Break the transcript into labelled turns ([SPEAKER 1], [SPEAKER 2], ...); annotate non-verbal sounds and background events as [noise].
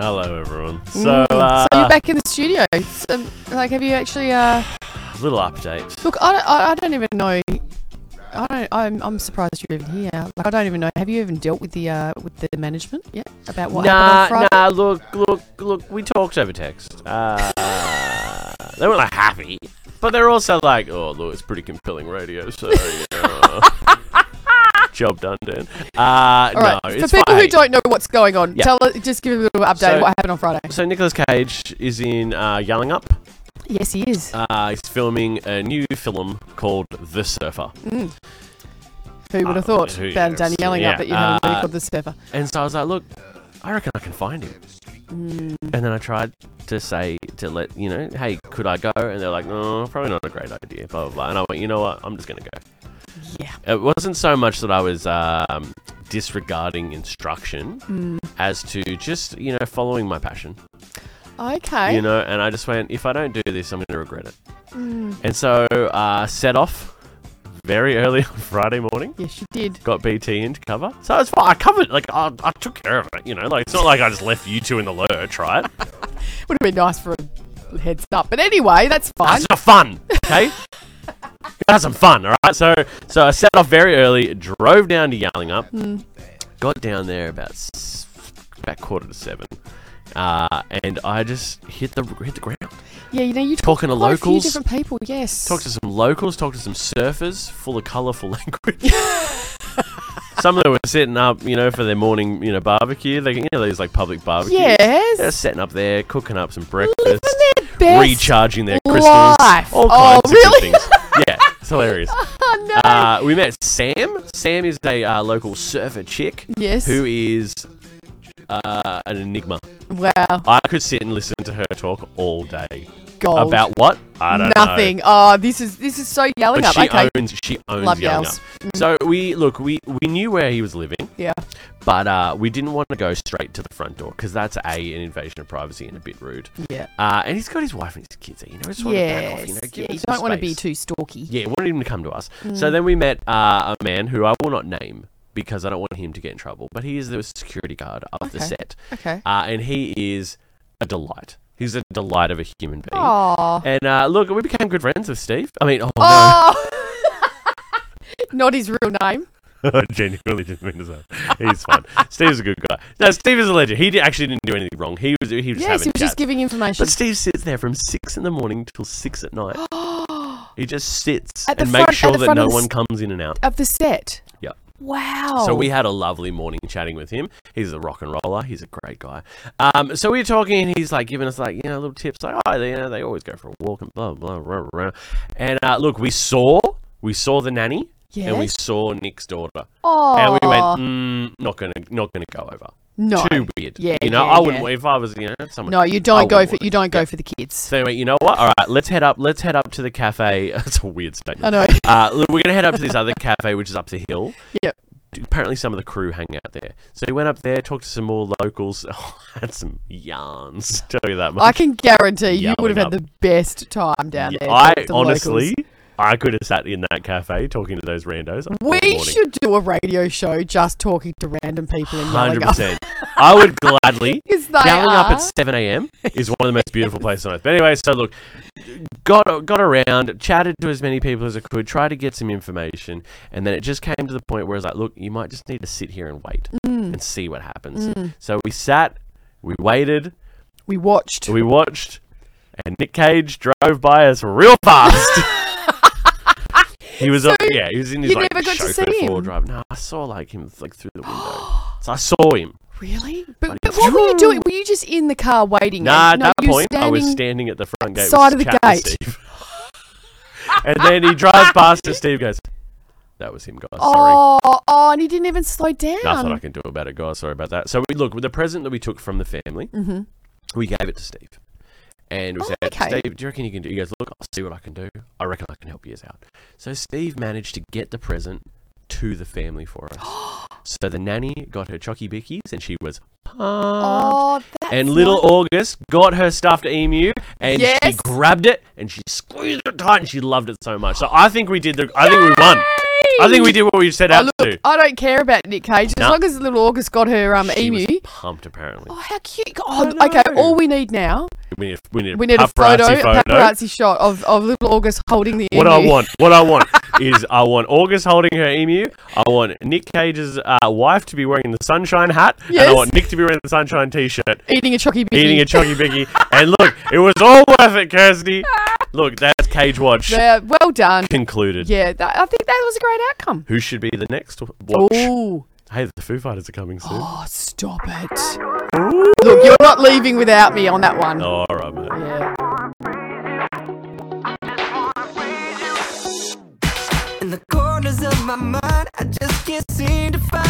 [SPEAKER 1] Hello, everyone. So, uh,
[SPEAKER 2] Mm. so you're back in the studio. So, like, have you actually? Uh,
[SPEAKER 1] little update.
[SPEAKER 2] look, I don't, I I don't even know. I don't. I'm, I'm surprised you're even here. Like, I don't even know. Have you even dealt with the uh, with the management yet about what happened on
[SPEAKER 1] nah,
[SPEAKER 2] Friday?
[SPEAKER 1] nah. Look, look, look. We talked over text. Uh, [laughs] they weren't like happy, but they're also like, oh, look, it's pretty compelling radio. So, you
[SPEAKER 2] [laughs]
[SPEAKER 1] know, job done, Dan. Uh,
[SPEAKER 2] All right.
[SPEAKER 1] no,
[SPEAKER 2] For
[SPEAKER 1] it's
[SPEAKER 2] people
[SPEAKER 1] fine.
[SPEAKER 2] who don't know what's going on,
[SPEAKER 1] Yeah.
[SPEAKER 2] tell us. Just give a little update
[SPEAKER 1] So-
[SPEAKER 2] of what happened on Friday.
[SPEAKER 1] So Nicolas Cage is in uh, Yelling Up.
[SPEAKER 2] Yes, he is.
[SPEAKER 1] Uh, he's filming a new film called The Surfer.
[SPEAKER 2] Mm. Who would
[SPEAKER 1] uh,
[SPEAKER 2] have thought
[SPEAKER 1] who-
[SPEAKER 2] about Danny yelling
[SPEAKER 1] yeah,
[SPEAKER 2] up that you had a movie
[SPEAKER 1] uh,
[SPEAKER 2] called The Surfer?
[SPEAKER 1] And so I was like, look, I reckon I can find him.
[SPEAKER 2] Mm.
[SPEAKER 1] [laughs] And then I tried to say to let you know, hey, could I go? And they're like, no, probably not a great idea, blah blah blah. And I went, you know what? I'm just gonna go.
[SPEAKER 2] Yeah.
[SPEAKER 1] It wasn't so much that I was um, disregarding instruction
[SPEAKER 2] Mm.
[SPEAKER 1] as to just you know following my passion,
[SPEAKER 2] Okay.
[SPEAKER 1] you know. And I just went, if I don't do this, I'm gonna regret it.
[SPEAKER 2] Mm.
[SPEAKER 1] And so uh, set off very [laughs] early on Friday morning.
[SPEAKER 2] Yes, you did.
[SPEAKER 1] Got BT into cover, so it's fine. I covered, like I, I took care of it, you know. Like it's not like I just left you two in the lurch, right?
[SPEAKER 2] Would have been nice for a heads up, but anyway, that's fine.
[SPEAKER 1] That's not fun. Okay. [laughs] That's some fun, all right. So, so I set off very early, drove down to Yarling Up,
[SPEAKER 2] Mm.
[SPEAKER 1] got down there about s- about quarter to seven, uh, and I just hit the hit the ground,
[SPEAKER 2] Yeah, you know, you talk
[SPEAKER 1] talking to
[SPEAKER 2] to quite a few
[SPEAKER 1] locals,
[SPEAKER 2] different people. Yes.
[SPEAKER 1] talked to some locals, talked to some surfers, full of [laughs] colourful
[SPEAKER 2] [laughs]
[SPEAKER 1] language. some of them were sitting up, you know, for their morning, you know, barbecue. They, you know, these like public barbecues.
[SPEAKER 2] yes.
[SPEAKER 1] They're setting up there, cooking up some
[SPEAKER 2] Living
[SPEAKER 1] breakfast
[SPEAKER 2] their best.
[SPEAKER 1] recharging their
[SPEAKER 2] life.
[SPEAKER 1] crystals. All
[SPEAKER 2] Oh,
[SPEAKER 1] kinds of good
[SPEAKER 2] really? [laughs]
[SPEAKER 1] things. Yeah, it's hilarious.
[SPEAKER 2] Oh [laughs] no.
[SPEAKER 1] Uh, we met Sam. Sam is a uh, local surfer chick
[SPEAKER 2] yes.
[SPEAKER 1] who is uh, an enigma.
[SPEAKER 2] wow.
[SPEAKER 1] I could sit and listen to her talk all day
[SPEAKER 2] Gold.
[SPEAKER 1] about what I don't know.
[SPEAKER 2] Nothing. Oh, this is this is so yelling
[SPEAKER 1] But
[SPEAKER 2] up.
[SPEAKER 1] she
[SPEAKER 2] Okay.
[SPEAKER 1] owns. She owns
[SPEAKER 2] Love
[SPEAKER 1] Yelling
[SPEAKER 2] yells.
[SPEAKER 1] Up. So we look. We we knew where he was living,
[SPEAKER 2] yeah.
[SPEAKER 1] but uh, we didn't want to go straight to the front door because that's a an invasion of privacy and a bit rude.
[SPEAKER 2] Yeah.
[SPEAKER 1] Uh, and he's got his wife and his kids. You know, I just want to back off.
[SPEAKER 2] Yes.
[SPEAKER 1] You know, give
[SPEAKER 2] yeah,
[SPEAKER 1] him
[SPEAKER 2] you
[SPEAKER 1] some
[SPEAKER 2] don't want to be
[SPEAKER 1] space.
[SPEAKER 2] too stalky.
[SPEAKER 1] Yeah, wanted him to come to us.
[SPEAKER 2] Mm.
[SPEAKER 1] So then we met uh, a man who I will not name because I don't want him to get in trouble, but he is the security guard of the
[SPEAKER 2] Okay.
[SPEAKER 1] set.
[SPEAKER 2] Okay.
[SPEAKER 1] Uh, and he is a delight. He's a delight of a human being.
[SPEAKER 2] Aw.
[SPEAKER 1] And uh, look, we became good friends with Steve. I mean, oh,
[SPEAKER 2] Oh. [laughs] Not his real name.
[SPEAKER 1] no. [laughs] I genuinely didn't mean to say that. He's fine. Steve's a good guy. No, Steve is a legend. He di- actually didn't do anything wrong. He was, he was just
[SPEAKER 2] yes,
[SPEAKER 1] having
[SPEAKER 2] he
[SPEAKER 1] a
[SPEAKER 2] was just
[SPEAKER 1] chat.
[SPEAKER 2] giving information.
[SPEAKER 1] But Steve sits there from six in the morning till six at
[SPEAKER 2] [gasps]
[SPEAKER 1] night. He just sits
[SPEAKER 2] At the
[SPEAKER 1] and makes
[SPEAKER 2] front- at
[SPEAKER 1] sure
[SPEAKER 2] the
[SPEAKER 1] that
[SPEAKER 2] front
[SPEAKER 1] no
[SPEAKER 2] of the
[SPEAKER 1] one
[SPEAKER 2] s-
[SPEAKER 1] comes in and out.
[SPEAKER 2] of the set.
[SPEAKER 1] Yep.
[SPEAKER 2] Wow.
[SPEAKER 1] So we had a lovely morning chatting with him. He's a rock and roller. He's a great guy. Um, so we were talking, and he's like giving us like you know little tips, like oh, they, you know they always go for a walk and blah blah blah. blah. And uh, look, we saw we saw the nanny, and we
[SPEAKER 2] Yes.
[SPEAKER 1] saw Nick's daughter,
[SPEAKER 2] Oh.
[SPEAKER 1] and we went mm, not gonna not gonna go over.
[SPEAKER 2] no.
[SPEAKER 1] Too weird.
[SPEAKER 2] Yeah,
[SPEAKER 1] you know
[SPEAKER 2] yeah,
[SPEAKER 1] I wouldn't
[SPEAKER 2] yeah.
[SPEAKER 1] if I was you know someone.
[SPEAKER 2] No, you
[SPEAKER 1] I
[SPEAKER 2] don't
[SPEAKER 1] wouldn't
[SPEAKER 2] go for
[SPEAKER 1] want
[SPEAKER 2] you don't go for the kids.
[SPEAKER 1] So anyway, you know what? All right, let's head up. Let's head up to the cafe. [laughs] That's a weird statement. [laughs]
[SPEAKER 2] I know.
[SPEAKER 1] Uh, look, we're gonna head up to this other cafe, which is up the hill.
[SPEAKER 2] Yep.
[SPEAKER 1] Apparently, some of the crew hang out there. So he went up there, talked to some more locals, [laughs] Oh, had some yarns. Tell you that much.
[SPEAKER 2] I can guarantee you would have
[SPEAKER 1] Yelling
[SPEAKER 2] had the best time down
[SPEAKER 1] Yeah,
[SPEAKER 2] there.
[SPEAKER 1] I
[SPEAKER 2] with the
[SPEAKER 1] honestly,
[SPEAKER 2] locals.
[SPEAKER 1] I could have sat in that cafe talking to those randos. all
[SPEAKER 2] We
[SPEAKER 1] morning.
[SPEAKER 2] should do a radio show just talking to random people and yelling
[SPEAKER 1] hundred
[SPEAKER 2] up.
[SPEAKER 1] percent. I would
[SPEAKER 2] [laughs]
[SPEAKER 1] gladly.
[SPEAKER 2] Because they
[SPEAKER 1] Yelling up
[SPEAKER 2] are.
[SPEAKER 1] at 7 a.m. is one of the most beautiful places on earth. But anyway, so look, got got around, chatted to as many people as I could, tried to get some information, and then it just came to the point where I was like, look, you might just need to sit here and wait [laughs]
[SPEAKER 2] Mm,
[SPEAKER 1] and see what happens. So we sat, we waited,
[SPEAKER 2] we watched.
[SPEAKER 1] we watched, and Nick Cage drove by us real
[SPEAKER 2] [laughs]
[SPEAKER 1] fast. he was, uh, yeah, he was in his
[SPEAKER 2] you
[SPEAKER 1] like
[SPEAKER 2] never got to
[SPEAKER 1] chauffeur
[SPEAKER 2] see
[SPEAKER 1] four
[SPEAKER 2] him?
[SPEAKER 1] drive. No, I saw like him like through the window.
[SPEAKER 2] [gasps]
[SPEAKER 1] so I saw him.
[SPEAKER 2] really? But, but what were you doing? Were you just in the car waiting?
[SPEAKER 1] Nah,
[SPEAKER 2] and-
[SPEAKER 1] at that
[SPEAKER 2] you were
[SPEAKER 1] point, I was
[SPEAKER 2] standing-
[SPEAKER 1] standing at the front gate.
[SPEAKER 2] side
[SPEAKER 1] with
[SPEAKER 2] of the
[SPEAKER 1] Cat and
[SPEAKER 2] gate.
[SPEAKER 1] Steve. [laughs] and then he drives past and Steve goes, That was him, guys. Sorry.
[SPEAKER 2] Oh, oh, and he didn't even slow down.
[SPEAKER 1] Nothing I can do about it, guys. Sorry about that. So, we, look, with the present that we took from the family, we gave it to Steve. And we
[SPEAKER 2] Mm-hmm. Oh,
[SPEAKER 1] said,
[SPEAKER 2] okay.
[SPEAKER 1] Steve, do you reckon you can do? He goes, Look, I'll see what I can do. I reckon I can help you out. So, Steve managed to get the present to the family for us.
[SPEAKER 2] [gasps]
[SPEAKER 1] so, the nanny got her chocky bickies and she was pumped.
[SPEAKER 2] Oh, that's
[SPEAKER 1] And little
[SPEAKER 2] nice.
[SPEAKER 1] August got her stuffed emu, and she
[SPEAKER 2] Yes.
[SPEAKER 1] grabbed it and she squeezed it tight, and she loved it so much. So I think we did the. I think we won. I think we did what we set
[SPEAKER 2] Oh,
[SPEAKER 1] out
[SPEAKER 2] look,
[SPEAKER 1] to do.
[SPEAKER 2] I don't care about Nick Cage. As
[SPEAKER 1] No.
[SPEAKER 2] long as little August got her um,
[SPEAKER 1] She was
[SPEAKER 2] emu.
[SPEAKER 1] pumped apparently.
[SPEAKER 2] Oh, how cute.
[SPEAKER 1] I
[SPEAKER 2] God,
[SPEAKER 1] know.
[SPEAKER 2] okay, all we need now,
[SPEAKER 1] We need a, we need a,
[SPEAKER 2] we need a photo,
[SPEAKER 1] paparazzi
[SPEAKER 2] a paparazzi shot of, of little August holding the
[SPEAKER 1] What
[SPEAKER 2] emu.
[SPEAKER 1] I want, what I
[SPEAKER 2] [laughs]
[SPEAKER 1] want is I want August holding her emu. I want Nick Cage's uh, wife to be wearing the sunshine hat, and I
[SPEAKER 2] Yes.
[SPEAKER 1] want Nick to be wearing the sunshine t-shirt,
[SPEAKER 2] Eating a chocky bitty.
[SPEAKER 1] eating a chunky biggie. and look, it was all worth it, Kirsty. Look, that's Cage Watch
[SPEAKER 2] Yeah, well done.
[SPEAKER 1] concluded.
[SPEAKER 2] Yeah, that, I think that was a great outcome.
[SPEAKER 1] Who should be the next watch?
[SPEAKER 2] Ooh.
[SPEAKER 1] Hey, the Foo Fighters are coming
[SPEAKER 2] [gasps]
[SPEAKER 1] soon.
[SPEAKER 2] Oh, stop it. Look, you're not leaving without me on that one.
[SPEAKER 1] Oh, all right, mate.
[SPEAKER 2] Yeah.
[SPEAKER 3] in the corners of my mind.